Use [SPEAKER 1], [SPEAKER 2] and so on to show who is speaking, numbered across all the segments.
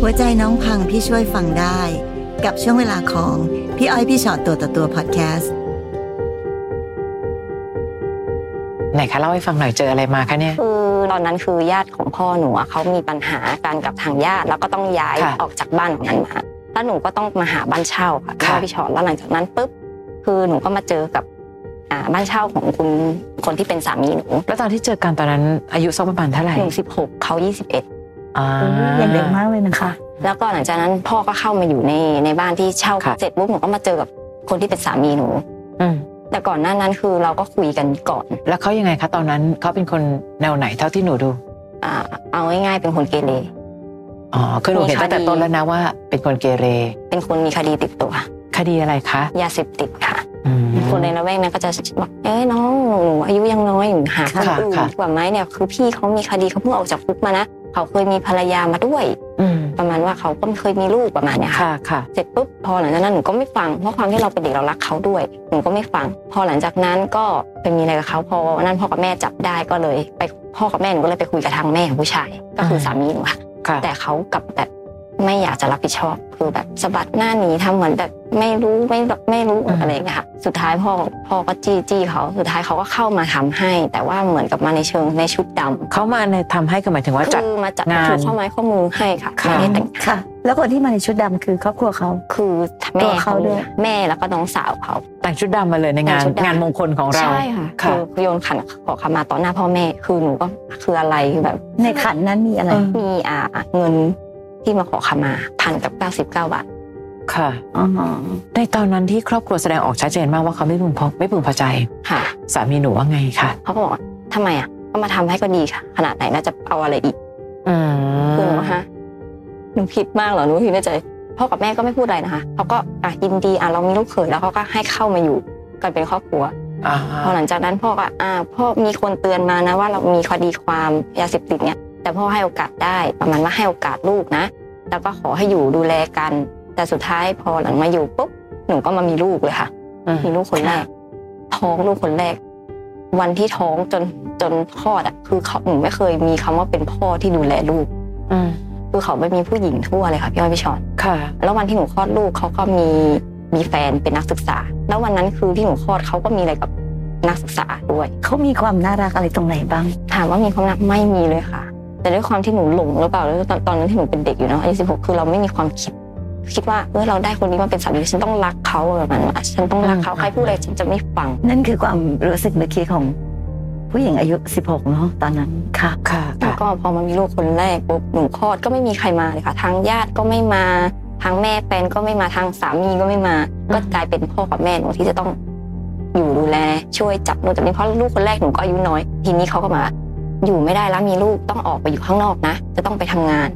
[SPEAKER 1] หัวใจน้องพังพี่ช่วยฟังได้ กับช่วงเวลาของพี่อ้อยพี่ชอตตัวต่อตัวพอดแคสต์
[SPEAKER 2] ไหนคะเล่าให้ฟังหน่อยเจออะไรมาคะเนี่ย
[SPEAKER 3] คือตอนนั้นคือญาติของพ่อหนูอะเขามีปัญหากันกับทางญาติแล้วก็ต้องย้าย
[SPEAKER 2] ค่ะ
[SPEAKER 3] ออกจากบ้านของนั้นมาแล้วหนูก็ต้องมาหาบ้านเช่าค่ะ
[SPEAKER 2] ค่ะ
[SPEAKER 3] ก็พี่ชอตแล้วหลังจากนั้นปุ๊บคือหนูก็มาเจอกับอ่าบ้านเช่าของคุณคนที่เป็นสามีหนู
[SPEAKER 2] แล้วตอนที่เจอกันตอนนั้นอายุสักประมาณเท่าไหร่
[SPEAKER 3] หนูสิบหกเขายี่สิบเอ็ด
[SPEAKER 2] อ่า
[SPEAKER 4] ยังเด็กมากเลยนะคะ
[SPEAKER 3] แล้วก็หลังจากนั้นพ่อก็เข้ามาอยู่ในในบ้านที่เช่า
[SPEAKER 2] ค่ะ
[SPEAKER 3] เสร็จปุ๊บหนูก็มาเจอกับคนที่เป็นสามีหนู
[SPEAKER 2] อืม
[SPEAKER 3] แต่ก่อนหน้านั้นคือเราก็คุยกันก่อน
[SPEAKER 2] แล้วเขายังไงคะตอนนั้นเขาเป็นคนแนวไหนเท่าที่หนูดู
[SPEAKER 3] อ่าเอาง่ายๆเป็นคนเกเร
[SPEAKER 2] อ๋อคือหนูเห็น
[SPEAKER 3] โอ้ชาดี
[SPEAKER 2] ตั้งแต่ต้นแล้วนะว่า เป็นคนเกเร
[SPEAKER 3] เป็นคนมีคดีติดตัว
[SPEAKER 2] คดีอะไรคะ
[SPEAKER 3] ยาเสพติดค่ะ
[SPEAKER 2] อืม
[SPEAKER 3] คนในละแวกนั้นก็จะบอกเอ้ยน้องหนูอายุยังน้อยอยู่หาคน
[SPEAKER 2] ค่ะ
[SPEAKER 3] อื่น
[SPEAKER 2] ค่ะ
[SPEAKER 3] ดีกว่าไหมเนี่ยคือพี่เขามีคดีเขาเพิ่งออกจากคุกมานะเขาเคยมีภรรยามาด้วย
[SPEAKER 2] อืม
[SPEAKER 3] ประมาณว่าเขาก็เคยมีลูกประมาณเนี้ยค่ะ
[SPEAKER 2] ค่ะค่ะ
[SPEAKER 3] เสร็จปุ๊บพอหลังจากนั้นหนูก็ไม่ฟังเพราะความที่เราเป็นเด็กเรารักเขาด้วยหนูก็ไม่ฟัง พอหลังจากนั้นก็ไปมีอะไรกับเขาพอนั่นพ่อกับแม่จับได้ก็เลย ไปพ่อกับแม่หนูก็เลยไปคุยกับทางแม่ของผู้ชาย ก็คืออ
[SPEAKER 2] ม
[SPEAKER 3] สามีหนูค่ะ
[SPEAKER 2] ค่ะ
[SPEAKER 3] แต่เขากลับแบบไม่อยากจะรับผิดชอบ คือแบบสะบัดหน้าหนีทำเหมือนแบบไม่รู้ไม่ไม่รู้อะไรอย่างเงี้ยค่ะสุดท้ายพ่อพ่อก็จี้จี้เขาสุดท้ายเขาก็เข้ามาทำให้ แต่ว่าเหมือนกับมาในเชิงในชุดดำ
[SPEAKER 2] เขามาในทำให้คือหมายถึงว่าจัด
[SPEAKER 3] คือมาจับ
[SPEAKER 2] งาน
[SPEAKER 3] ถูกข้อไม้ข้อมือให้ค่ะ
[SPEAKER 2] ค่ะ
[SPEAKER 3] ไม่ได้แต่ง
[SPEAKER 4] ค่ะ แล้วคนที่มาในชุดดำคือครอบครัวเขา
[SPEAKER 3] คือแม่เขา
[SPEAKER 4] ตัวเขาด้วย
[SPEAKER 3] แม่แล้วก็น้องสาวเขา
[SPEAKER 2] แต่งชุดดำมาเลยในงาน
[SPEAKER 3] แต่งชุดดำ
[SPEAKER 2] งานมงคลของเรา
[SPEAKER 3] ใช่ค่ะ
[SPEAKER 2] ค่ะ
[SPEAKER 3] คือโยนขันขอขมาต่อหน้าพ่อแม่คือหนูก็คืออะไรแบบ
[SPEAKER 4] ในขันนั้นมีอะไร
[SPEAKER 2] เออ
[SPEAKER 3] มีอ่าเงินที่มาขอขมาพันกับเก้าสิบเก้าบาท
[SPEAKER 2] ค่ะ
[SPEAKER 4] อ๋อ
[SPEAKER 2] ในตอนนั้นที่ครอบครัวแสดงออกชัดเจนมากว่าเขาไม่พึงพอไม่พึงพอใจ
[SPEAKER 3] ค่ะ
[SPEAKER 2] สามีหนูว่าไงคะ
[SPEAKER 3] เขาก็บอกว่าทำไมอ่ะก็มาทำให้ก็ดีค่ะ ขนาดไหนน่าจะเอาอะไรอีก
[SPEAKER 2] อืม
[SPEAKER 3] คือหนูว่าฮะหนูผิดมากเหรอหนูผิดในใจพ่อกับแม่ก็ไม่พูดอะไรนะคะเขาก็อ่ะยินดีอ่ะเรามีลูกเขยแล้วเขาก็ให้เข้ามาอยู่กันเป็นครอบครัว
[SPEAKER 2] อ่า
[SPEAKER 3] พอหลังจากนั้นพ่อก็อ่าพ่อมีคนเตือนมานะว่าเรามีคดีความยาเสพติดเนี่ย แต่พ่อให้โอกาสได้ประมาณว่าให้โอกาสลูกนะ แล้วก็ขอให้อยู่ดูแลกัน แต่สุดท้ายพอหลังมาอยู่ปุ๊บหนูก็มามีลูกเลยค่ะ
[SPEAKER 2] อืม
[SPEAKER 3] มีลูกคนแรก ท้องลูกคนแรก วันที่ท้องจนจนคลอดอ่ะคือเขาหนูไม่เคยมีคำว่าเป็นพ่อที่ดูแลลูก
[SPEAKER 2] อืม
[SPEAKER 3] คือเขาไม่มีผู้หญิงทั่วเลยค่ะพี่อ้อยพี่ชอน
[SPEAKER 2] ค่ะ
[SPEAKER 3] แล้ววันที่หนูคลอดลูกเขาก็มีมีแฟนเป็นนักศึกษา แล้ววันนั้นคือที่หนูคลอดเขาก็มีอะไรกับนักศึกษาด้วย
[SPEAKER 4] เขามีความน่ารักอะไรตรงไหนบ้าง
[SPEAKER 3] ถามว่ามีความรักไม่มีเลยค่ะ แต่ด้วยความที่หนูหลงหรือเปล่าแล้วตอนตอนนั้นที่หนูเป็นเด็กอยู่เนาะอายุสิบหกคือเราไม่มีความคิด คิดว่าเออเราได้คนนี้มาเป็นสามีฉันต้องรักเขาแบบนั้นอะฉันต้องรักเขาใครพูดอะไรฉันจะไม่ฟัง
[SPEAKER 4] นั่นคือความรู้สึกเมื่อกี้ของผู้หญิงอายุ 16 เนาะตอนนั้น ค่ะ
[SPEAKER 2] ค่ะ
[SPEAKER 3] แล้วก็พอมามีลูกคนแรกปุ๊บหนูคลอดก็ไม่มีใครมาเลยค่ะทางญาติก็ไม่มาทางแม่แฟนก็ไม่มาทางสามีก็ไม่มา ก็กลายเป็นพ่อกับแม่หนูที่จะต้องอยู่ดูแลช่วยจับนู่นจับนี่เพราะลูกคนแรกหนูก็อายุน้อย ทีนี้เขาก็มา อยู่ไม่ได้แล้วมีลูกต้องออกไปอยู่ข้างนอกนะ จะต้องไปทำงาน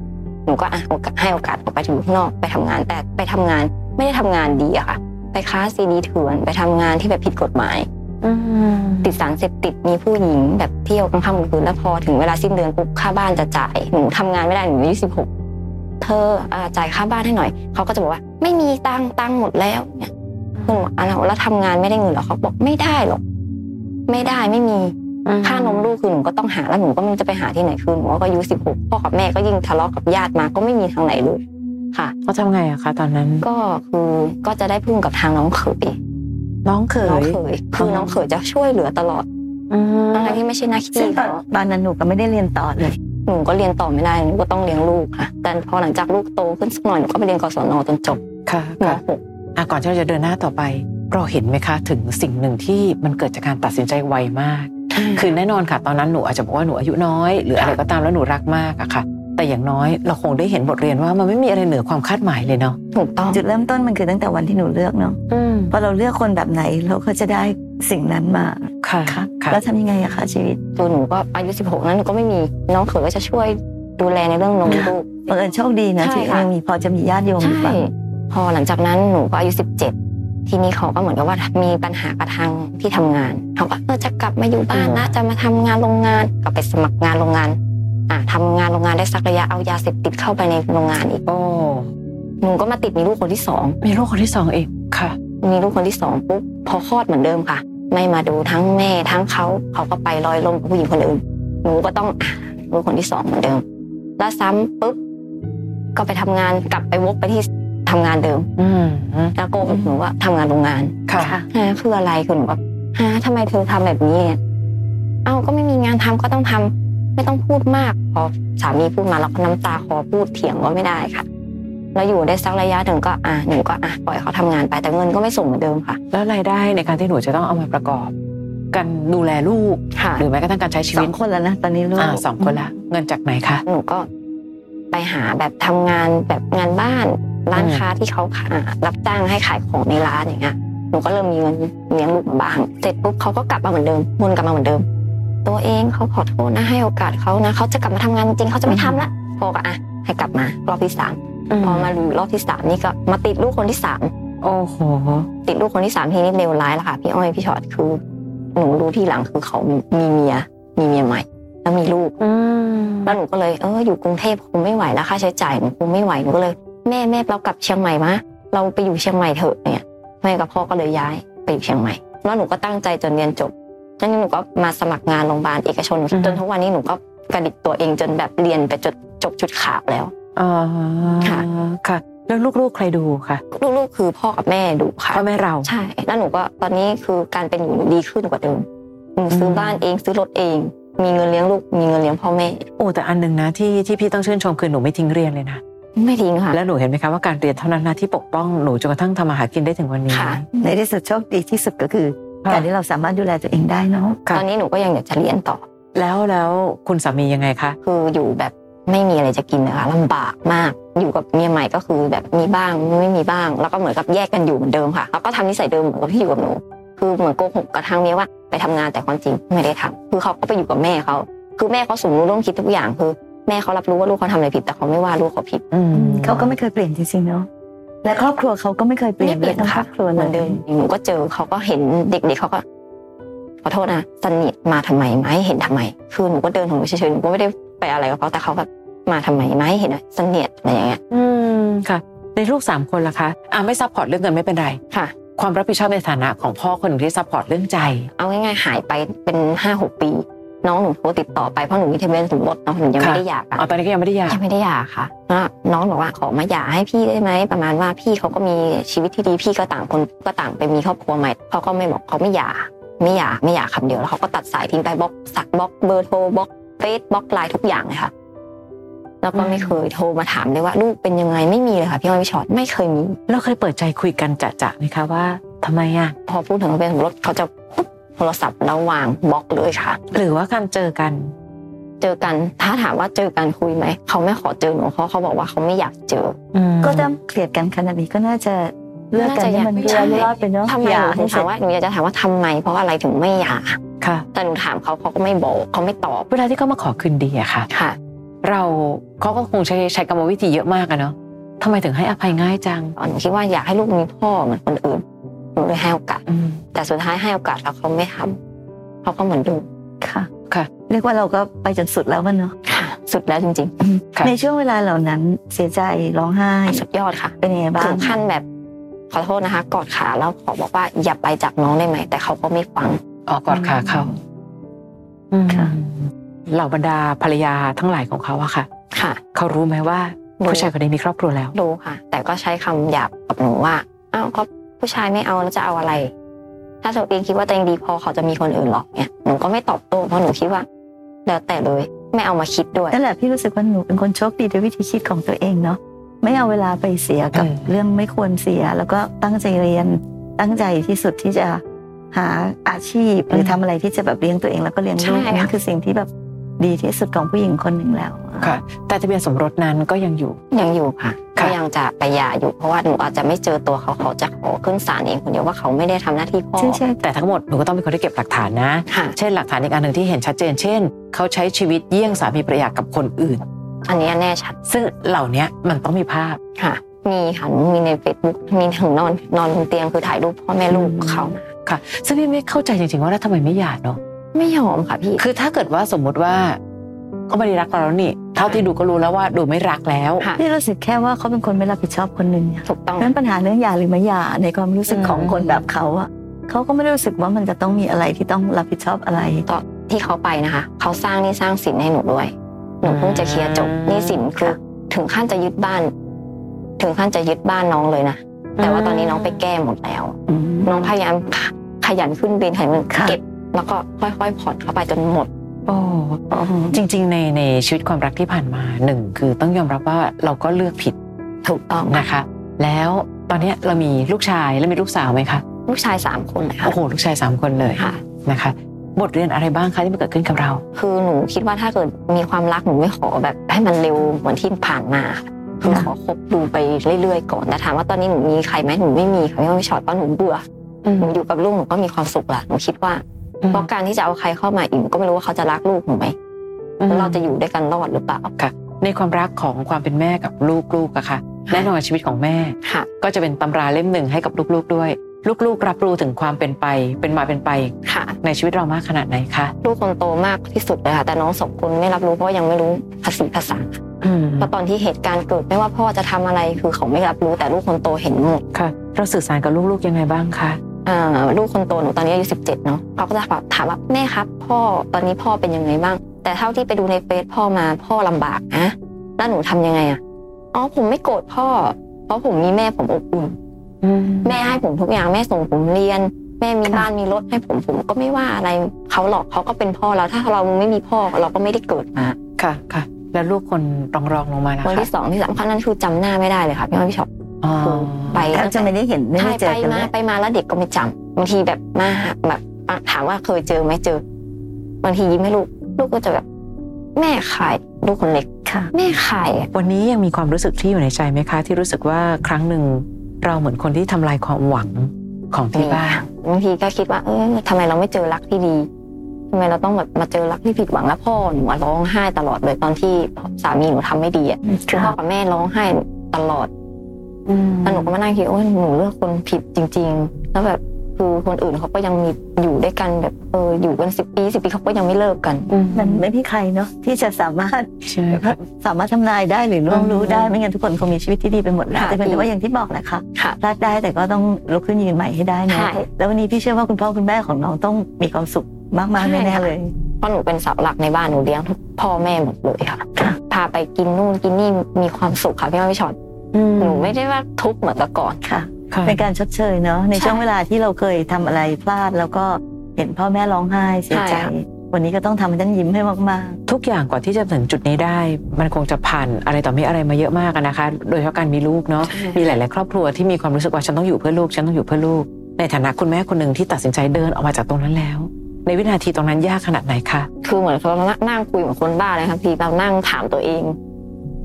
[SPEAKER 3] หนูก็อ่ะโอกาสให้โอกาสออกไปอยู่ข้างนอกไปทำงาน แต่ไปทำงานไม่ได้ทำงานดีอะค่ะ ไปค้าซีดีเถื่อนไปทำงานที่แบบผิดกฎหมาย
[SPEAKER 2] อืม
[SPEAKER 3] ติดสารเสพติดมีผู้หญิงแบบเที่ยวกลางค่ำกลางคืนแล้วพอถึงเวลาสิ้นเดือนปุ๊บค่าบ้านจะจ่ายหนูทำงานไม่ได้หนูอายุสิบหกเธออ่าจ่ายค่าบ้านให้หน่อยเขาก็จะบอกว่า ไม่มีตังค์ตังค์หมดแล้วเนี่ยคือหนูอ่ะแล้วทำงานไม่ได้เงินเหรอเขาบอกไม่ได้หรอกไม่ได้ไม่มีค่านมลูกคือหนูก็ต้องหาแล้วหนูก็ไม่รู้จะไปหาที่ไหนคือหนูก็อายุสิบหกพ่อกับแม่ก็ยิ่งทะเลาะกับญาติมาก็ไม่มีทางไหนเลยค่ะ
[SPEAKER 2] เขาทำไงอะคะตอนนั้น
[SPEAKER 3] ก็คือก็จะได้พึ่งกับทางน้องเขย
[SPEAKER 2] น้องเขย
[SPEAKER 3] น้องเขยคือน้องเขยจะช่วยเหลือตลอด
[SPEAKER 2] อืม
[SPEAKER 3] ทั้งๆที่ไม่ใช่หน้า
[SPEAKER 4] ซึ่งต
[SPEAKER 3] ขี้
[SPEAKER 4] อน
[SPEAKER 3] เนาะ
[SPEAKER 4] ตอนนั้นหนูก็ไม่ได้เรียนต่อเลย
[SPEAKER 3] หนูก็เรียนต่อไม่ได้หนูก็ต้องเลี้ยงลูกค่ะ แต่พอหลังจากลูกโตขึ้นสักหน่อยหนูก็ไปเรียนกศนจนจบ
[SPEAKER 2] ค่ะ
[SPEAKER 3] ม
[SPEAKER 2] ค่ะ
[SPEAKER 3] หก
[SPEAKER 2] อ่ะก่อนที่เราจะเดินหน้าต่อไป เราเห็นไหมคะถึงสิ่งหนึ่งที่มันเกิดจากการตัดสินใจไวมาก คือแน่นอนค่ะ ตอนนั้นหนูอาจจะบอกว่าหนูอายุน้อย หรืออะไรก็ตามแล้วหนูรักมากอะค่ะ แต่อย่างน้อยเราคงได้เห็นบทเรียนว่ามันไม่มีอะไรเหนือความคาดหมายเลยเนาะ
[SPEAKER 3] ถูกต้อง
[SPEAKER 4] จุดเริ่มต้นมันคือตั้งแต่วันที่หนูเลือกเนาะ
[SPEAKER 2] อืม
[SPEAKER 4] พอเราเลือกคนแบบไหนเราก็จะได้สิ่งนั้นมา
[SPEAKER 2] ค่ะ
[SPEAKER 4] ค่ะ
[SPEAKER 2] ค่ะ
[SPEAKER 4] แล้วทำยังไงอะคะชีวิต
[SPEAKER 3] คือหนูก็อายุ16นั้นหนูก็ไม่มีน้องเขยก็จะช่วยดูแลในเรื่องนมลูก
[SPEAKER 4] บังเอิญโชคดีนะ
[SPEAKER 3] ใช่
[SPEAKER 4] ที่
[SPEAKER 3] ค่ะ
[SPEAKER 4] ยังมีพอจะมีญาติโยมอยู่
[SPEAKER 3] ใช่
[SPEAKER 4] บ้าง
[SPEAKER 3] พอหลังจากนั้นหนูก็อายุ17 ทีนี้เขาก็เหมือนกับว่ามีปัญหากระทางที่ทำงานเขาก็เออจะกลับมาอยู่บ้านนะจะมาทำงานโรงงานก็ไปสมัครงานโรงงานอ่ะทำงานโรงงานได้สักระยะเอายาเสพติดเข้าไปในโรงงานอีก
[SPEAKER 2] โอ้
[SPEAKER 3] หนูก็มาติดมีลูกคนที่สอง
[SPEAKER 2] มีลูกคนที่สองเองค่ะ
[SPEAKER 3] มีลูกคนที่สองปุ๊บพอคลอดเหมือนเดิมค่ะ ไม่มาดูทั้งแม่ทั้งเขาเขาก็ไปลอยลมกับผู้หญิงคนอื่นหนูก็ต้องอ่ะลูกคนที่สองเหมือนเดิม แล้วซ้ำปุ๊บ ก็ไปทำงานกลับไปวกไปที่ทำงานเดิม
[SPEAKER 2] อืม
[SPEAKER 3] แล้วโกหนูว่าทำงานโรงงาน
[SPEAKER 2] ค่ะ
[SPEAKER 4] ค่ะ
[SPEAKER 3] ฮะคืออะไรคือหนูแบบฮะทำไมเธอทำแบบนี้เนี่ยเอ้าก็ไม่มีงานทำก็ต้องทำไม่ต้องพูดมากพอสามีพูดมาเราก็น้ำตาคอพูดเถียงก็ไม่ได้ค่ะ แล้วอยู่ได้สักระยะหนึ่งก็อ่ะหนูก็อ่ะปล่อยเขาทำงานไปแต่เงินก็ไม่ส่งเหมือนเดิมค่ะ
[SPEAKER 2] แล้วรายได้ในการที่หนูจะต้องเอามาประกอบ การดูแลลูก
[SPEAKER 3] ค่ะ
[SPEAKER 2] หรือแม้กระทั่งการใช้ชี
[SPEAKER 4] สอ
[SPEAKER 2] วิต
[SPEAKER 4] งคนแล้วนะตอนนี้ลูก
[SPEAKER 2] อ่าสองคนละ เงินจากไหนคะ
[SPEAKER 3] หนูก็ไปหาแบบทำงานแบบงานบ้าน ร้าน
[SPEAKER 2] อืม
[SPEAKER 3] ค้าที่เขาขารับจ้างให้ขายของในร้านอย่างเงี้ยหนูก็เริ่มมีเงินเลี้ยงลูกมาบ้างเสร็จปุ๊บเขาก็กลับมาเหมือนเดิมวนกลับมาเหมือนเดิม ตัวเองเขาขอโทษนะให้โอกาสเขานะเขาจะกลับมาทำงานจริงเขาจะไม่ทำละพอก็อ่ะให้กลับมารอบที่สามพอมาอยู่รอบที่สามนี่ก็มาติดลูกคนที่สาม
[SPEAKER 2] โอ้โห
[SPEAKER 3] ติดลูกคนที่สามทีนี้เลวร้ายละค่ะพี่อ้อยพี่ชอตคือหนูรู้ที่หลังคือเขามีเมียมีเมียใหม่ แล้วมีลูก
[SPEAKER 2] อืม
[SPEAKER 3] แล้วหนูก็เลยเอออยู่กรุงเทพคงไม่ไหวแล้วค่าใช้จ่ายหนูคงไม่ไหวหนูก็เลย แม่แม่เรากลับเชียงใหม่มะเราไปอยู่เชียงใหม่เถอะเนี่ยแม่กับพ่อก็เลยย้ายไปอยู่เชียงใหม่แล้วหนูก็ตั้งใจจนเรียนจบนั่นหนูก็มาสมัครงานโรงพยาบาลเอกชนจนทุกวันนี้หนูก็กระดิกตัวเองจนแบบเรียนไปจนจบชุดขาวแล้ว
[SPEAKER 2] อ่า
[SPEAKER 3] ค่ะ
[SPEAKER 2] ค่ะ แล้วลูกๆใครดูคะ
[SPEAKER 3] ลูกๆคือพ่อกับแม่ดูค่ะ
[SPEAKER 2] พ่อแม่เรา
[SPEAKER 3] ใช่แล้วหนูก็ตอนนี้คือการเป็นอยู่หนูดีขึ้นกว่าเดิมหนูซื้ออ
[SPEAKER 2] ม
[SPEAKER 3] บ้านเองซื้อรถเอง มีเงินเลี้ยงลูกมีเงินเลี้ยงพ่อแม่
[SPEAKER 2] โอ้แต่อันหนึ่งนะที่ที่พี่ต้องชื่นชมคือหนูไม่ทิ้งเรียนเลยนะ
[SPEAKER 3] ไม่ทิ้งค่ะ
[SPEAKER 2] แล้วหนูเห็นไหมคะว่าการเรียนเท่านั้นนะที่ปกป้องหนูจนกระทั่งทำมาหากินได้ถึงวันนี้
[SPEAKER 3] ค่ะ
[SPEAKER 4] ในที่สุดโชคดีที่สุดก็คือ
[SPEAKER 2] ค่ะ
[SPEAKER 4] การที่เราสามารถดูแลตัวเองได้เนาะ
[SPEAKER 2] ค่ะ
[SPEAKER 3] ตอนนี้หนูก็ยังอยากจะเรียนต่อ
[SPEAKER 2] แล้วแล้วคุณสามียังไงคะ
[SPEAKER 3] คืออยู่แบบไม่มีอะไรจะกินนะคะลำบากมากอยู่กับเมียใหม่ก็คือแบบมีบ้างไม่มีบ้าง แล้วก็เหมือนกับแยกกันอยู่เหมือนเดิมค่ะแล้วก็ทำนิสัยเดิมเหมือนกับที่อยู่กับหนูคือเหมือนโกหกกับทางเมียว่าไปทำงานแต่ความจริงไม่ได้ทำคือเขาก็ไปอยู่กับแม่เขาคือแม่เขาสมรู้ร่วมคิดทุกอย่างคือ แม่เขารับรู้ว่าลูกเขาทำอะไรผิดแต่เขาไม่ว่าลูกเขาผิด
[SPEAKER 2] อืม
[SPEAKER 4] เขาก็ไม่เคยเปลี่ยนจริงๆเนาะ และครอบครัวเขาก็ไม่เคยเปลี่ยน
[SPEAKER 3] ไม่เปลี่ยน
[SPEAKER 4] ทั้งคร
[SPEAKER 3] ค่ะ
[SPEAKER 4] อบครัว
[SPEAKER 3] เหมือน
[SPEAKER 4] เล
[SPEAKER 3] เดิ
[SPEAKER 4] ย
[SPEAKER 3] มหนูก็เจอเขาก็เห็นเด็กๆเขาก็ขอโทษนะสนิทมาทำไมไหมเห็นทำไม คือหนูก็เดินของหนูเฉยๆหนูก็ไม่ได้ไปอะไรกับเขาแต่เขาแบบมาทำไมไหมเห็นอะสนิทอะไรอย่างเงี้ย
[SPEAKER 2] อืมค่ะ ในลูกสามคนล่ะคะอ่าไม่ซัพพอร์ตเรื่องเงินไม่เป็นไร
[SPEAKER 3] ค่ะ
[SPEAKER 2] ความรับผิดชอบในฐานะของพ่อคนหนึ่งที่ซัพพอร์ตเรื่องใจ
[SPEAKER 3] เอาง่ายๆหายไปเป็นห้าหกปี น้องหนูโทรติดต่อไปเพราะหนูมีทะเบียนสมรสเนาะหนูยัง
[SPEAKER 2] ค่ะ
[SPEAKER 3] ไม่ได้หย่ากัน
[SPEAKER 2] อ๋อตอนนี้ก็ยังไม่ได้หย่า
[SPEAKER 3] ยังไม่ได้หย่าค่ะแล้วน้องบอกว่าขอมาหย่าให้พี่ได้ไหมประมาณว่าพี่เขาก็มีชีวิตที่ดีพี่ก็ต่างคนก็ต่างไปมีครอบครัวใหม่เขาก็ไม่บอกเขาไม่หย่าไม่หย่าไม่หย่าคำเดียวแล้วเขาก็ตัดสายทิ้งไปบล็อกสักบล็อกเบอร์โทรบล็อกเฟซบล็อกไลน์ทุกอย่างเลยค่ะแล้วก็ไม่เคยโทรมาถามเลยว่าลูกเป็นยังไงไม่มีเลยค่ะพี่อ้อยพี่ชอตไม่เคยมี
[SPEAKER 2] เราเคยเปิดใจคุยกันจะจะๆไหมคะว่าทำไมอ่ะ
[SPEAKER 3] พอพูดถึงทะเบียนสมรสเขาจะปุ๊บโทรศัพท์แล้ววางบล็อกเลยค่ะ
[SPEAKER 2] หรือว่าการเจอกัน
[SPEAKER 3] เจอกันถ้าถามว่าเจอกันคุยไหม เขาไม่ขอเจอหนูเพราะเขาบอกว่าเขาไม่อยากเจอ
[SPEAKER 2] อืม
[SPEAKER 4] ก็จะเกลียดกันขนาดนี้ก็น่าจะเลิกกัน
[SPEAKER 3] น่าจะ
[SPEAKER 4] ให้มัน
[SPEAKER 3] อยาก
[SPEAKER 4] เรียรอดไปเนาะ
[SPEAKER 3] ทำไม
[SPEAKER 4] อ
[SPEAKER 3] ห
[SPEAKER 4] ยา
[SPEAKER 3] นูถึ
[SPEAKER 4] ให้
[SPEAKER 3] ง
[SPEAKER 4] เส
[SPEAKER 3] ถา
[SPEAKER 4] ร็
[SPEAKER 3] ม
[SPEAKER 4] จ
[SPEAKER 3] ว่าหนูอยากจะถามว่าทำไม เพราะอะไรถึงไม่อยาก
[SPEAKER 2] ค่ะ
[SPEAKER 3] แต่หนูถามเขาเขาก็ไม่บอกเขาไม่ตอบ
[SPEAKER 2] เวลาที่เขามาขอคืนดีอะค่ะ
[SPEAKER 3] ค่ะ
[SPEAKER 2] เราเขาก็คงใช้ใช้กรรมวิธีเยอะมากอะเนาะทำไมถึงให้อภัยง่ายจัง
[SPEAKER 3] หนูคิดว่าอยากให้ลูกมีพ่อเหมือนคนอื่นหนูเลยให้โอกาส
[SPEAKER 2] อืม
[SPEAKER 3] แต่สุดท้ายให้โอกาสแล้วเขาไม่ทำเขาก็เหมือนเดู
[SPEAKER 4] ค่ะ
[SPEAKER 2] ค่ะ
[SPEAKER 4] เรียกว่าเราก็ไปจนสุดแล้วมันเนาะ
[SPEAKER 3] สุดแล้วจริง
[SPEAKER 2] ค่ะ
[SPEAKER 4] ในช่วงเวลาเหล่านั้นเสียใจร้องไห้
[SPEAKER 3] ๆสุดยอดค่ะ
[SPEAKER 4] เป็นยังไงบ้า
[SPEAKER 3] ถึ
[SPEAKER 4] ง
[SPEAKER 3] งขั้นแบบขอโทษนะคะ กอดขาแล้วขอบอกว่าอย่าไปจากน้องได้ไหมแต่เขาก็ไม่ฟัง
[SPEAKER 2] ออกกอดขาเขาค่ะเหล่าบรรดาภรรยาทั้งหลายของเขาอะค่ะ
[SPEAKER 3] ค่ะ
[SPEAKER 2] เขารู้ไหมว่า
[SPEAKER 3] รู้
[SPEAKER 2] ผู้ชายคนนี้มีครอบครัวแล้ว
[SPEAKER 3] รู้ค่ะ แต่ก็ใช้คำหยาบกับหนูว่าอ้าวก็ผู้ชายไม่เอาแล้วจะเอาอะไร ถ้าตัวเองคิดว่าตัวเองดีพอเขาจะมีคนอื่นหรอกเนี่ยหนูก็ไม่ตอบโต้เพราะหนูคิดว่า แล้วแต่เลยไม่เอามาคิดด้วย
[SPEAKER 4] นั่นแหละพี่รู้สึกว่าหนูเป็นคนโชคดีด้วยวิธีคิดของตัวเองเนาะไม่เอาเวลาไปเสียกับ
[SPEAKER 2] อืม
[SPEAKER 4] เรื่องไม่ควรเสีย แล้วก็ตั้งใจเรียนตั้งใจที่สุดที่จะหาอาชีพ หรือทำอะไรที่จะแบบเลี้ยงตัวเองแล้วก็เลี้ยงลูก
[SPEAKER 3] ใช่ค่ะ
[SPEAKER 4] นั่นคือสิ่งที่แบบดีที่สุดของผู้หญิงคนหนึ่งแล้ว
[SPEAKER 2] ค่ะ แต่ทะเบียนสมรสนั้นก็ยังอยู่
[SPEAKER 3] ยังอยู่ค่ะ
[SPEAKER 2] ค่ะ
[SPEAKER 3] ก็ยังจะไปหย่าอยู่เพราะว่าหนูอาจจะไม่เจอตัวเขาเขาจะขอขึ้นศาลเองคนเดียวว่าเขาไม่ได้ทำหน้าที่พ่อ
[SPEAKER 4] ใช่ใช่
[SPEAKER 2] แต่ทั้งหมดหนูก็ต้องเป็นคนที่เก็บหลักฐานนะ
[SPEAKER 3] ค่ะ
[SPEAKER 2] เช่นหลักฐานอีกอันหนึ่งที่เห็นชัดเจน เช่น เขาใช้ชีวิตเยี่ยงสามีภรรยากับคนอื่น
[SPEAKER 3] อันนี้แน่ชัด
[SPEAKER 2] ซึ่งเหล่าเนี้ยมันต้องมีภาพ
[SPEAKER 3] ค่ะ มีค่ะหนูมีในเฟซบุ๊กมีถึงนอนนอนบนเตียงคือถ่ายรูปพ่อแม่ลูกเขานะ
[SPEAKER 2] ค่ะ ซึ่งพี่ไม่เข้าใจจริงๆว่าแล้วทำไมไม่หย่าเนาะ
[SPEAKER 3] ไม่ยอมค่ะพี่
[SPEAKER 2] คือถ้าเกิดว่าสมมุติว่าก็ไม่ได้รักเราแล้วนี่ เท่าที่ดูก็รู้แล้วว่าดูไม่รักแล้ว
[SPEAKER 3] ค่ะ
[SPEAKER 4] พี่รู้สึกแค่ว่าเขาเป็นคนไม่รับผิดชอบคนหนึ่งอะ
[SPEAKER 3] ถูกต้อง
[SPEAKER 4] นั้นปัญหาเรื่องหย่าหรือไม่หย่าในความรู้สึกของ
[SPEAKER 2] อืม
[SPEAKER 4] คนแบบเขาอะเขาก็ไม่ได้รู้สึกว่ามันจะต้องมีอะไรที่ต้องรับผิดชอบอะไร
[SPEAKER 3] ตอนที่เขาไปนะคะ เขาสร้างหนี่สร้างสินให้หนูด้วย หนูเพิ่งจะเคลียร์จบหนี่สินคือ ถึงขั้นจะยึดบ้าน ถึงขั้นจะยึดบ้านน้องเลยนะแต่ว่าตอนนี้น้องไปแก้หมดแล้ว
[SPEAKER 2] อืม
[SPEAKER 3] น้องพยายามขยันขึ้นบินขยัน
[SPEAKER 4] ค่ะ
[SPEAKER 3] เก็บ แล้วก็ค่อยๆผ่อนเข้าไปจนหมด
[SPEAKER 2] โอ้จริง ๆ ในในชีวิตความรักที่ผ่านมาหนึ่งคือต้องยอมรับว่าเราก็เลือกผิด
[SPEAKER 3] ถูกต้อง
[SPEAKER 2] นะคะ แล้วตอนเนี้ยเรามีลูกชายและมีลูกสาวไหมคะ
[SPEAKER 3] ลูกชายสามคนเลยค่ะ
[SPEAKER 2] โอ้โหลูกชายสามคนเลย
[SPEAKER 3] ค่ะ
[SPEAKER 2] นะคะ บทเรียนอะไรบ้างคะที่มันเกิดขึ้นกับเรา
[SPEAKER 3] คือหนูคิดว่าถ้าเกิดมีความรักหนูไม่ขอแบบให้มันเร็วเหมือนที่ผ่านมาค่ะหนูขอคบดูไปเรื่อยๆก่อนแต่ถามว่าตอนนี้หนูมีใครไหมหนูไม่มีค่ะพี่ไม่ชอตเพราะหนูเบื่ออ
[SPEAKER 2] ม
[SPEAKER 3] หนูอยู่กับลูกหนูก็มีความสุขละหนูคิดว่าเพราะการที่จะเอาใครเข้ามาอีกหนูก็ไม่รู้ว่าเขาจะรักลูกหนูไหม
[SPEAKER 2] อืม
[SPEAKER 3] แล้วเราจะอยู่ด้วยกันรอดหรือเปล่า
[SPEAKER 2] ค่ะในความรักของความเป็นแม่กับลูกๆอะค่ะ แน่นอนชีวิตของแม่
[SPEAKER 3] ค่ะ
[SPEAKER 2] ก็จะเป็นตำราเล่มหนึ่งให้กับลูกๆด้วย ลูกๆ รับรู้ถึงความเป็นไป เป็นมาเป็นไป
[SPEAKER 3] ค่ะ
[SPEAKER 2] ในชีวิตเรามากขนาดไหนคะ
[SPEAKER 3] ลูกคนโตมากที่สุดเลยค่ะแต่น้องสองคนไม่รับรู้เพราะว่ายังไม่รู้ภาษีภาษาเพราะตอนที่เหตุการณ์เกิดไม่ว่าพ่อจะทำอะไรคือเขาไม่รับรู้แต่ลูกคนโตเห็นหมด
[SPEAKER 2] ค่ะ เราสื่อสารกับลูกๆยังไงบ้างคะ
[SPEAKER 3] อ่าลูกคนโตหนูตอนนี้อายุสิบเจ็ดเนาะเขาก็จะแบบถามว่าแม่ครับ พ่อตอนนี้พ่อเป็นยังไงบ้าง แต่เท่าที่ไปดูในเฟซพ่อมาพ่อลำบากนะแล้วหนูทำยังไงอ่ะอ๋อผมไม่โกรธพ่อ เพราะผมมีแม่ผมอบอุ่น แม่ให้ผมทุกอย่างแม่ส่งผมเรียน แม่มีบ้านมีรถให้ผมผมก็ไม่ว่าอะไรเขาหรอกเขาก็เป็นพ่อเราถ้าเราไม่มีพ่อเราก็ไม่ได้เกิดมา
[SPEAKER 2] ค่ะค่ะ แล้วลูกคนรองรองๆลงมาล่ะ
[SPEAKER 3] คน
[SPEAKER 2] คะ
[SPEAKER 3] ที่สองที่สามขั้นนั้นคือจำหน้าไม่ได้เลยค่ะพี่อ้อยพี่ช็อป
[SPEAKER 2] อ๋อ
[SPEAKER 3] ไป
[SPEAKER 4] แทบจะไม่ได้เห็นไม่ได้เจอ
[SPEAKER 3] ใช่ไป
[SPEAKER 4] กัน
[SPEAKER 3] มา
[SPEAKER 4] เลย
[SPEAKER 3] ไปมาแล้วเด็กก็ไม่จำบางทีแบบมาแบบถามว่าเคยเจอไหมเจอ บางทียิ้มให้ลูก ลูกก็จะแบบ แม่ขายลูกคนเล็ก
[SPEAKER 4] ค่ะ
[SPEAKER 3] แม่ขายอะ
[SPEAKER 2] วันนี้ยังมีความรู้สึกที่อยู่ในใจไหมคะ ที่รู้สึกว่าครั้งหนึ่งเราเหมือนคนที่ทำลายความหวังของที่บ้าน
[SPEAKER 3] บางทีก็คิดว่า เออทำไมเราไม่เจอรักที่ดีทำไมเราต้องแบบมาเจอรักที่ผิดหวังแล้วพ่อหนูอะร้องไห้ตลอดเลยตอนที่สามีหนูทำไม่ดีอ่ะพ่อกับแม่ร้องไห้ตลอด แล้วหนูก็มานั่งคิดโอ้ยหนูเลือกคนผิดจริง ๆ แล้วแบบคือคนอื่นเขาก็ยังมีอยู่ด้วยกันแบบเอออยู่กันสิบปีสิบปีเขาก็ยังไม่เลิกกัน
[SPEAKER 4] มันไม่มีใครเนาะที่จะสามารถ
[SPEAKER 2] ใช่ค่ะ
[SPEAKER 4] สามารถทำนายได้หรือล่วงรู้ได้ไม่งั้นทุกคนคงมีชีวิตที่ดีไปหมดแล้ว
[SPEAKER 3] ค่ะ
[SPEAKER 4] แต่เป็นแต่ว่าอย่างที่บอกแหละค่ะ
[SPEAKER 3] ค่ะ
[SPEAKER 4] พลาดได้แต่ก็ต้องลุกขึ้นยืนใหม่ให้ได้เนอะ
[SPEAKER 3] ใช่
[SPEAKER 4] แล้ววันนี้พี่เชื่อว่าคุณพ่อคุณแม่ของน้องต้องมีความสุขมากๆ
[SPEAKER 3] ใช่ค่ะ
[SPEAKER 4] แน่ๆเลย
[SPEAKER 3] เพราะหนูเป็นเสาหลักในบ้านหนูเลี้ยงทุกพ่อแม่หมดเลยค่ะ พาไปกินนู่นกินนี่มีความสุขค่ะพี่อ้อยพี่ชอตหนูไม่ได้ว่าทุกข์เหมือนแต่ก่อน
[SPEAKER 4] ค่ะ ในการชดเชยเนาะใน
[SPEAKER 3] ใช่
[SPEAKER 4] ช่วงเวลาที่เราเคยทำอะไรพลาดแล้วก็เห็นพ่อแม่ร้องไห้เสียใจ
[SPEAKER 3] ใช่ค่ะ
[SPEAKER 4] วันนี้ก็ต้องทำให้ท่านยิ้มให้มาก
[SPEAKER 2] ทุกอย่างกว่าที่จะถึงจุดนี้ได้ มันคงจะผ่านอะไรต่อมีอะไรมาเยอะมากอะนะคะ โดยเฉพาะการมีลูกเนาะมีหลาย ๆ ครอบครัวที่มีความรู้สึกว่าฉันต้องอยู่เพื่อลูกฉันต้องอยู่เพื่อลูก ในฐานะคุณแม่คนหนึ่งที่ตัดสินใจเดินออกมาจากตรงนั้นแล้ว ในวินาทีตรงนั้นยากขนาดไหนคะ
[SPEAKER 3] คือเหมือนเรานั่งคุยเหมือนคนบ้าเลยค่ะพี่เรานั่งถามตัวเอง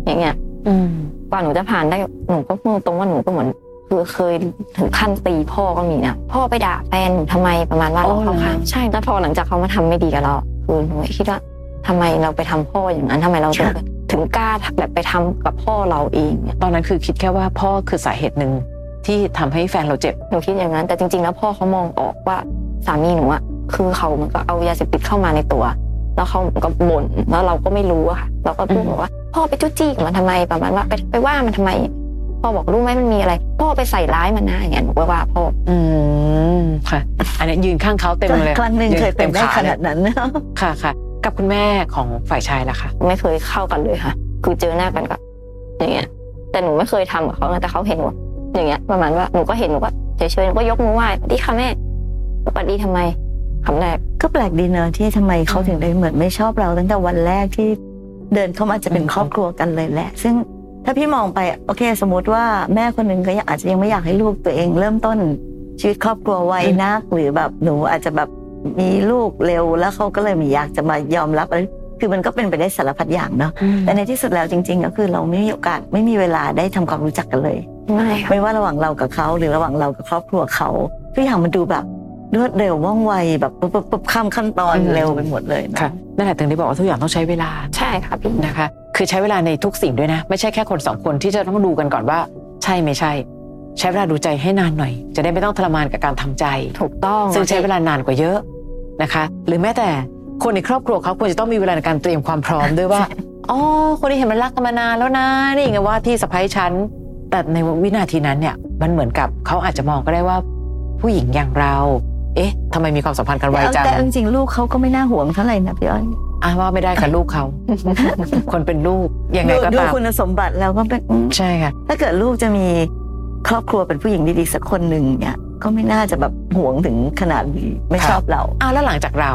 [SPEAKER 3] อย่างเงี้ย
[SPEAKER 2] อืม
[SPEAKER 3] กว่าหนูจะผ่านได้หนูก็พูดตรงว่าหนูก็เหมือนคือเคยถึงขั้นตีพ่อก็มีนะพ่อไปด่าแฟนหนูทำไมประมาณว่าเราเข้าข้างใช่แล้วพอหลังจากเขามาทำไม่ดีกับเราคือหนูคิดว่าทำไมเราไปทำพ่ออย่างนั้นทำไมเราถึงถึงกล้าแบบไปทำกับพ่อเราเองเนี่ย
[SPEAKER 2] ตอนนั้นคือคิดแค่ว่าพ่อคือสาเหตุหนึ่งที่ทำให้แฟนเราเจ็บ
[SPEAKER 3] หนูคิดอย่างนั้น แต่จริง ๆ แล้วพ่อเขามองออกว่าสามีหนูอะคือเขาเหมันก็เอายาเสพติดเข้ามาในตัว แล้วเขาเหมือนก็บ่นแล้วเราก็ไม่รู้อะค่ะเราก็พูดบอกว่า พ่อไปจุ๊จี้กับมันทำไมประมาณว่าไปไปว่ามันทำไม พ่อบอกรู้ไหมมันมีอะไร พ่อไปใส่ร้ายมันนะอย่างเงี้ยหนูก็ว่าพ่อ
[SPEAKER 2] อืมค่ะ อันนี้ยืนข้างเขาเต็มเลย
[SPEAKER 4] ๆ ครั้งหนึ่ง
[SPEAKER 2] ยื
[SPEAKER 4] เคยเป็นได้
[SPEAKER 2] ต็ม
[SPEAKER 4] ข
[SPEAKER 2] ข
[SPEAKER 4] นา
[SPEAKER 2] นา
[SPEAKER 4] ด
[SPEAKER 2] ด
[SPEAKER 4] นั้นเนอะ
[SPEAKER 2] ค่ะค่ะ กับคุณแม่ของฝ่ายชายล่ะคะ
[SPEAKER 3] ไม่เคยเข้ากันเลยค่ะ คือเจอหน้ากันก็อย่างเงี้ย แต่หนูไม่เคยทำกับเขานะแต่เขาเห็นว่าอย่างเงี้ย ประมาณว่าหนูก็เห็นหนูก็เฉยๆหนูก็ยกมือไหว้สวัสดีค่ะแม่สวัสดีทำไมคำแรก
[SPEAKER 4] ก็แปลกดีเนอะที่ทำไมเขาถึงได้เหมือนไม่ชอบเราตั้งแต่วันแรกที่เดินเข้ามาจะเป็นครอบครัวกันเลยแหละ ซึ่งถ้าพี่มองไปโอเค สมมติว่าแม่คนหนึ่งก็ยังอาจจะยังไม่อยากให้ลูกตัวเอง เริ่มต้นชีวิตครอบครัวไวนักหรือแบบหนูอาจจะแบบมีลูกเร็วแล้วเขาก็เลยไม่อยากจะมายอมรับอะไรคือมันก็เป็นไปได้สารพัดอย่างเนอะ แต่ในที่สุดแล้วจริง ๆ ก็คือเราไม่มีโอกาสไม่มีเวลาได้ทำความรู้จักกันเลย
[SPEAKER 3] ไม่ค่ะ
[SPEAKER 4] ไม่ว่าระหว่างเรากับเขาหรือระหว่างเรากับครอบครัวเขาทุกอย่างมันดูแบบรวดเร็วว่องไวแบบปุ๊บปุ๊บปุ๊บข้ามขั้นตอนเร็วไปหมดเลยนะ
[SPEAKER 2] ค่ะนั่นแหละถึงได้บอกว่าทุกอย่างต้องใช้เวลา
[SPEAKER 3] ใช่ค่ะพี่
[SPEAKER 2] นะคะ คือใช้เวลาในทุกสิ่งด้วยนะ ไม่ใช่แค่คนสองคนที่จะต้องดูกันก่อนว่า ใช่ไม่ใช่ ใช้เวลาดูใจให้นานหน่อย จะได้ไม่ต้องทรมานกับการทำใจ
[SPEAKER 3] ถูกต้อง
[SPEAKER 2] ซึ่งใช้เวลานานกว่าเยอะนะคะ หรือแม้แต่คนในครอบครัวเขาควรจะต้องมีเวลาในการเตรียมความพร้อมด้วย ว่า อ๋อ คนที่เห็นมันรักกันมานานแล้วนะ นี่ไงว่าที่สะพ้ยฉัน แต่ในวินาทีนั้นเนี่ย มันเหมือนกับเขาอาจจะมองก็ได้ว่า ผู้หญิงอย่างเรา เอ๊ะทำไมมีความสัมพันธ์กันไว
[SPEAKER 4] แต่เอา
[SPEAKER 2] จัง
[SPEAKER 4] แต่เอาจริงๆลูกเขาก็ไม่น่าห่วงเท่าไหร่นะพี่อ้อย
[SPEAKER 2] อ้า ว่าไม่ได้กับลูกเขา คนเป็นลูก ยังไงก็
[SPEAKER 4] ดู
[SPEAKER 2] ตาม
[SPEAKER 4] คุณสมบัติแล้วก็เป็นอืม
[SPEAKER 2] ใช่ค่ะ
[SPEAKER 4] ถ้าเกิดลูกจะมีครอบครัวเป็นผู้หญิงดีๆสักคนหนึ่งเนี่ยก็ไม่น่าจะแบบห่วงถึงขนาดนี้ไม่
[SPEAKER 2] ครับ
[SPEAKER 4] ชอบเรา
[SPEAKER 2] อ้าวแล้วหลังจากเรา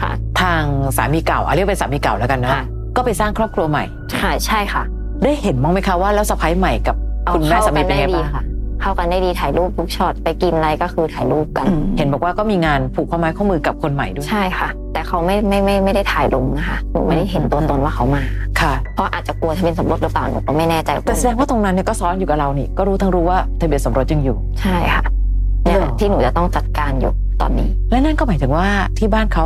[SPEAKER 3] ค่ะ
[SPEAKER 2] ทางสามีเก่าเอาเรียกเป็นสามีเก่าแล้วกันนะ
[SPEAKER 3] ค่ะ
[SPEAKER 2] ก็ไปสร้างครอบครัวใหม่
[SPEAKER 3] ค่ะใช่ค่ะ
[SPEAKER 2] ได้เห็นมั้างไหมคะว่าแล้วสะพ้ายใหม่กับ
[SPEAKER 3] เอา
[SPEAKER 2] คุณแม่
[SPEAKER 3] เข้า
[SPEAKER 2] สามี
[SPEAKER 3] กัน
[SPEAKER 2] เป็น
[SPEAKER 3] ได้
[SPEAKER 2] ไง
[SPEAKER 3] ดี
[SPEAKER 2] บ้าง
[SPEAKER 3] ค่ะ เข้ากันได้ดีถ่ายรูปทุกช็อตไปกินอะไรก็คือถ่ายรูปกัน
[SPEAKER 2] เห็นบอกว่าก็มีงานผูกข้อไม้ข้อมือกับคนใหม่ด้วย
[SPEAKER 3] ใช่ค่ะ แต่เขาไม่ไม่ไม่ไม่ได้ถ่ายลงนะคะหนูไม่ได้เห็นตัวตนว่าเขามา
[SPEAKER 2] ค่ะ
[SPEAKER 3] เพราะอาจจะกลัวทะเบียนสมรสหรือเปล่าหนูก็ไม่แน่ใจ
[SPEAKER 2] แต่แสดงว่าตรงนั้นเนี่ยก็ซ้อนอยู่กับเรานี่ก็รู้ทั้งรู้ว่าทะเบียนสมรสยังอยู่
[SPEAKER 3] ใช่ค่ะเนี่ย
[SPEAKER 2] เหรอ
[SPEAKER 3] ที่หนูจะต้องจัดการอยู่ตอนนี้
[SPEAKER 2] และนั่นก็หมายถึงว่าที่บ้านเขา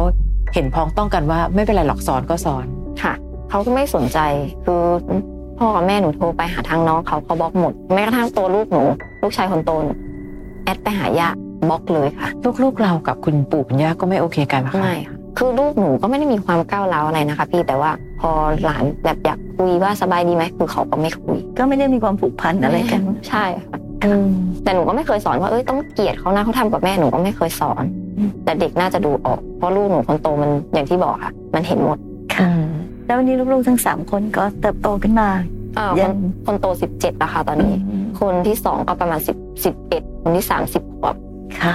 [SPEAKER 2] เห็นพ้องต้องกันว่าไม่เป็นไรหรอกซ้อนก็ซ้อน
[SPEAKER 3] ค่ะเขาก็ไม่สนใจคือพ่อกับแม่หนูโทรไปหาทางน้องเขาเขาบล็อกหมดแม้กระทั่งตัวลูกหนู ลูกชายคนโตหนูแอดไปหายาบล็อกเลยค่ะ
[SPEAKER 2] ลูกๆเรากับคุณปู่คุณย่าก็ไม่โอเคกันเหรอคะ
[SPEAKER 3] ไม่ค่ะคือลูกหนูก็ไม่ได้มีความก้าวร้าวอะไรนะคะ พี่แต่ว่าพอหลานแบบอยากคุยว่าสบายดีไหมคือเขาก็ไม่คุย
[SPEAKER 4] ก็ไม่ได้มีความผูกพันอะไรกัน
[SPEAKER 3] ใช่ค่ะแต่หนูก็ไม่เคยสอนว่าเอ้ยต้องเกลียดเขานะเขาทำกับแม่หนูก็ไม่เคยสอน แต่เด็กน่าจะดูออกเพราะลูกหนูคนโตมันอย่างที่บอกค่ะ มันเห็นหมด
[SPEAKER 2] อืม
[SPEAKER 4] แล้ววันนี้ลูกๆทั้งสามคนก็เติบโตขึ้นมา
[SPEAKER 3] อ้าวค
[SPEAKER 4] ยั
[SPEAKER 3] น
[SPEAKER 4] ง
[SPEAKER 3] คนโตสิบเจ็ดะค่ะตอนนี้ คนที่สองก็ประมาณสิบสิบเอ็ดคนที่สามสิบกว่า
[SPEAKER 4] ค่ะ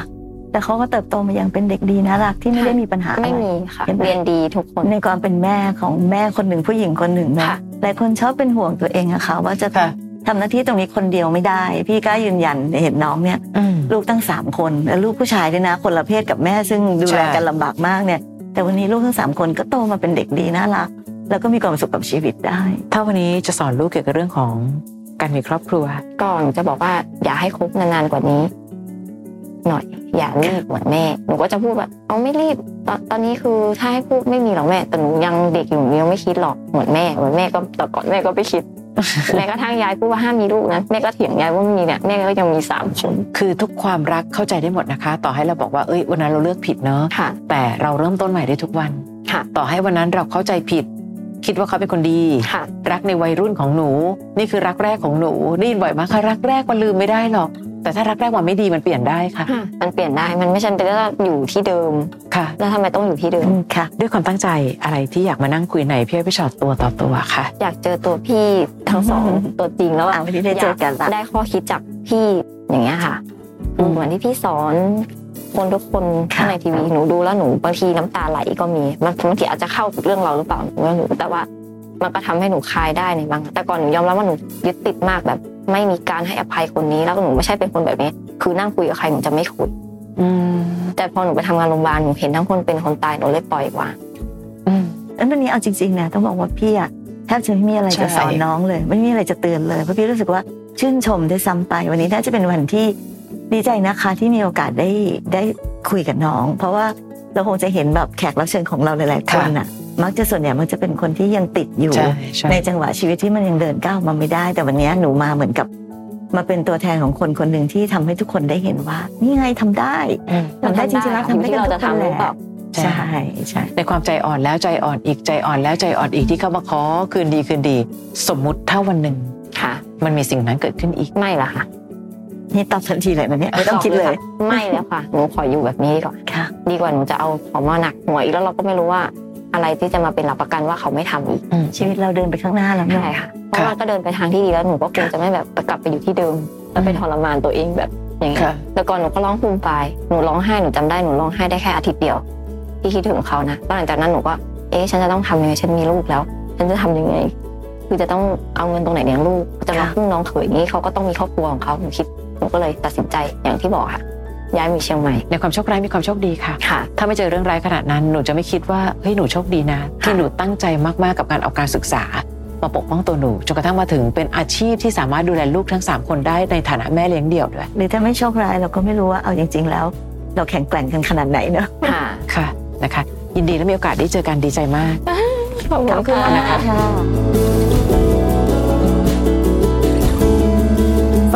[SPEAKER 4] แต่เขาก็เติบโตมาอย่างเป็นเด็กดีน่ารักที่ไม่
[SPEAKER 3] ค่ะ
[SPEAKER 4] ได้มีปัญหาอะ
[SPEAKER 3] ไม่
[SPEAKER 4] ไร
[SPEAKER 3] มีค่ะ
[SPEAKER 4] เห็นไหม
[SPEAKER 3] เรียนดีทุกคน
[SPEAKER 4] ในความเป็นแม่ของแม่คนหนึ่งผู้หญิงคนหนึ่งเนอะ
[SPEAKER 3] ค่ะ
[SPEAKER 4] หลายคนชอบเป็นห่วงตัวเองอะค่ะว่าจะ
[SPEAKER 2] ค่ะ
[SPEAKER 4] ทำหน้าที่ตรงนี้คนเดียวไม่ได้ พี่กล้ายืนยันเห็นน้องเนี่ย
[SPEAKER 2] อืม
[SPEAKER 4] ลูกตั้งสามคนและลูกผู้ชายด้วยนะ คนละเพศกับแม่ซึ่งดูแล
[SPEAKER 2] ใช่
[SPEAKER 4] กันลำบากมากเนี่ย แต่วันนี้ลูกทั้งสามคนก็โตมาเป็นเด็กดีน่ารัก แล้วก็มีความสุขกับชีวิตได้
[SPEAKER 2] ถ้าวันนี้จะสอนลูกเกี่ยวกับเรื่องของการมีครอบครัว
[SPEAKER 3] ก่อนจะบอกว่าอย่าให้คบนานๆกว่านี้ หน่อย อย่ารีบเหมือนแม่หนูก็จะพูดแบบเอาไม่รีบตอนตอนนี้คือถ้าให้พูดไม่มีหรอกแม่แต่หนูยังเด็กอยู่หนูยังไม่คิดหรอกเหมือนแม่เหมือนแม่ก็แต่ก่อนแม่ก็ไปคิด แม้กระทั่งยายพูดว่าห้ามมีลูกนะแม่ก็เถียงยายว่าไม่มีเนี่ยแม่ก็ยังมีสามคน
[SPEAKER 2] คือทุกความรักเข้าใจได้หมดนะคะ ต่อให้เราบอกว่าเอ้ยวันนั้นเราเลือกผิดเนอะ
[SPEAKER 3] ค่ะ
[SPEAKER 2] แต่เราเริ่มต้นใหม่ได้ทุกวัน
[SPEAKER 3] ค่ะ
[SPEAKER 2] ต่อให้วันนั้นเราเข้าใจผิด คิดว่าเขาเป็นคนดี
[SPEAKER 3] ค่ะ
[SPEAKER 2] รักในวัยรุ่นของหนู นี่คือรักแรกของหนูได้ยินบ่อยมากค่ะรักแรกมันลืมไม่ได้หรอก แต่ถ้ารักแรกมันไม่ดีมันเปลี่ยนได้ค่ะ
[SPEAKER 3] มันเปลี่ยนได้มันไม่จำเป็นต้องอยู่ที่เดิม
[SPEAKER 2] ค่ะ
[SPEAKER 3] แล้วทำไมต้องอยู่ที่เดิม
[SPEAKER 4] ค่ะ
[SPEAKER 2] ด้วยความตั้งใจอะไรที่อยากมานั่งคุยในพี่อ้อยพี่ชอตตัวต่อตัวค่ะ
[SPEAKER 3] อยากเจอตัวพี่ทั้งสอง
[SPEAKER 4] อืม
[SPEAKER 3] ตัวจริงแล้วอะ
[SPEAKER 4] อ่ะวันนี้ได้เจอกันละ
[SPEAKER 3] ได้ข้อคิดจากพี่อย่างเงี้ยค่ะ
[SPEAKER 2] อืม
[SPEAKER 3] เหมือนที่พี่สอนคนทุกคน
[SPEAKER 4] ค่ะ
[SPEAKER 3] ข้างในทีวีหนูดูแล้วหนูบางทีน้ำตาไหลก็มีมันบางทีอาจจะเข้ากับเรื่องเราหรือเปล่าหนูไม่รู้แต่ว่ามันก็ทำให้หนูคลายได้ในบางแต่ก่อนหนูยอมรับว่าหนูยึดติดมากแบบ ไม่มีการให้อภัยคนนี้แล้วหนูไม่ใช่เป็นคนแบบนี้ คือนั่งคุยกับใครหนูจะไม่คุย
[SPEAKER 2] อืม
[SPEAKER 3] แต่พอหนูไปทำงานโรงพยาบาลหนูเห็นทั้งคนเป็นคนตายหนูเลยปล่อยว่าง
[SPEAKER 2] อืม
[SPEAKER 4] แล้ววันนี้เอาจริงๆนะต้องบอกว่าพี่อะแทบจะไม่มีอะไรจะสอน
[SPEAKER 2] ใช่
[SPEAKER 4] น้องเลยไม่มีอะไรจะเตือนเลยเพราะพี่รู้สึกว่าชื่นชมด้วยซ้ำไป วันนี้น่าจะเป็นวันที่ดีใจนะคะที่มีโอกาสได้ได้คุยกับน้อง เพราะว่าเราคงจะเห็นแบบแขกรับเชิญของเราหลายๆคนน่ะ มักจะส่วนใหญ่มักจะเป็นคนที่ยังติดอยู่
[SPEAKER 2] ใช่ใช่
[SPEAKER 4] ในจังหวะชีวิตที่มันยังเดินก้าวมาไม่ได้ แต่วันนี้หนูมาเหมือนกับมาเป็นตัวแทนของคนคนหนึ่งที่ทำให้ทุกคนได้เห็นว่า นี่ไงทำได้
[SPEAKER 2] อืม
[SPEAKER 4] ทำได้จริงๆแล้วทำได้กันทุกคนแห
[SPEAKER 3] อยู่ที่เราจะทำหรือเปล่า
[SPEAKER 4] ละใช่ใช่
[SPEAKER 2] ในความใจอ่อนแล้วใจอ่อนอีกใจอ่อนแล้วใจอ่อนอีกที่เขามาขอคืนดีคืนดี สมมุติถ้าวันหนึ่ง
[SPEAKER 3] ค่ะ
[SPEAKER 2] มันมีสิ่งนั้นเกิดขึ้นอีก
[SPEAKER 3] ไม่ละค่ะ
[SPEAKER 4] นี่ตอบทันทีเลยนะเนี่ยไม่ต้องคิดเลย
[SPEAKER 3] ไม่แล้วค่ะหนูขออยู่แบบนี้ดีกว่า
[SPEAKER 4] ค่ะ
[SPEAKER 3] ดีกว่าหนูจะเอาของมาหนักหัวอีกแล้วเราก็ไม่รู้ว่าอะไรที่จะมาเป็นหลักประกันว่าเขาไม่ทำอีก
[SPEAKER 4] ชีวิตเราเดินไปข้างหน้าแล้วเนาะ
[SPEAKER 3] ใช่ค่ะเพราะว่าก็เดินไปทางที่ดีแล้วหนูก็คงจะไม่แบบกลับไปอยู่ที่เดิมแล้วไปทรมานตัวเองแบบอย่างเงี้ย
[SPEAKER 2] ค่ะ
[SPEAKER 3] แต่ก่อนหนูก็ร้องภูมิไปหนูร้องไห้หนูจำได้หนูร้องไห้ได้แค่อาทิตย์เดียวที่คิดถึงเขานะแล้วหลังจากนั้นหนูก็เอ๊ะฉันจะต้องทำยังไงฉันมีลูกแล้ว ฉันจะทำยังไง คือจะต้องเอาเงินตรงไหนเลี้ยงลูกจะมาพึ่งน้องเขยอย่างนี้เขาก็ต้องมีครอบครัวของเขาหนูคิดหนูก็เลยตัดสินใจอย่างที่บอกค่ะ ย้ายมาอยู่เชียงใหม่
[SPEAKER 2] ในความโชคร้ายมีความโชคดีค่ะ
[SPEAKER 3] ค่ะ
[SPEAKER 2] ถ้าไม่เจอเรื่องร้ายขนาดนั้นหนูจะไม่คิดว่าเฮ้ยหนูโชคดีนะ ที่หนูตั้งใจมากๆกับการเอาการศึกษา มาปกป้องตัวหนูจนกระทั่งมาถึงเป็นอาชีพที่สามารถดูแลลูกทั้งสามคนได้ในฐานะแม่เลี้ยงเดี่ยวด้วย
[SPEAKER 4] หรือถ้าไม่โชคร้ายเราก็ไม่รู้ว่าเอาจริง ๆ แล้ว เราแข็งแกร่งกันขนาดไหนเนาะ
[SPEAKER 3] ค่ะ
[SPEAKER 2] ค่ะนะคะ ยินดีและมีโอกาสได้เจอกันดีใจมาก
[SPEAKER 3] ขอบคุณค่ะ
[SPEAKER 2] นะคะ
[SPEAKER 5] ฟ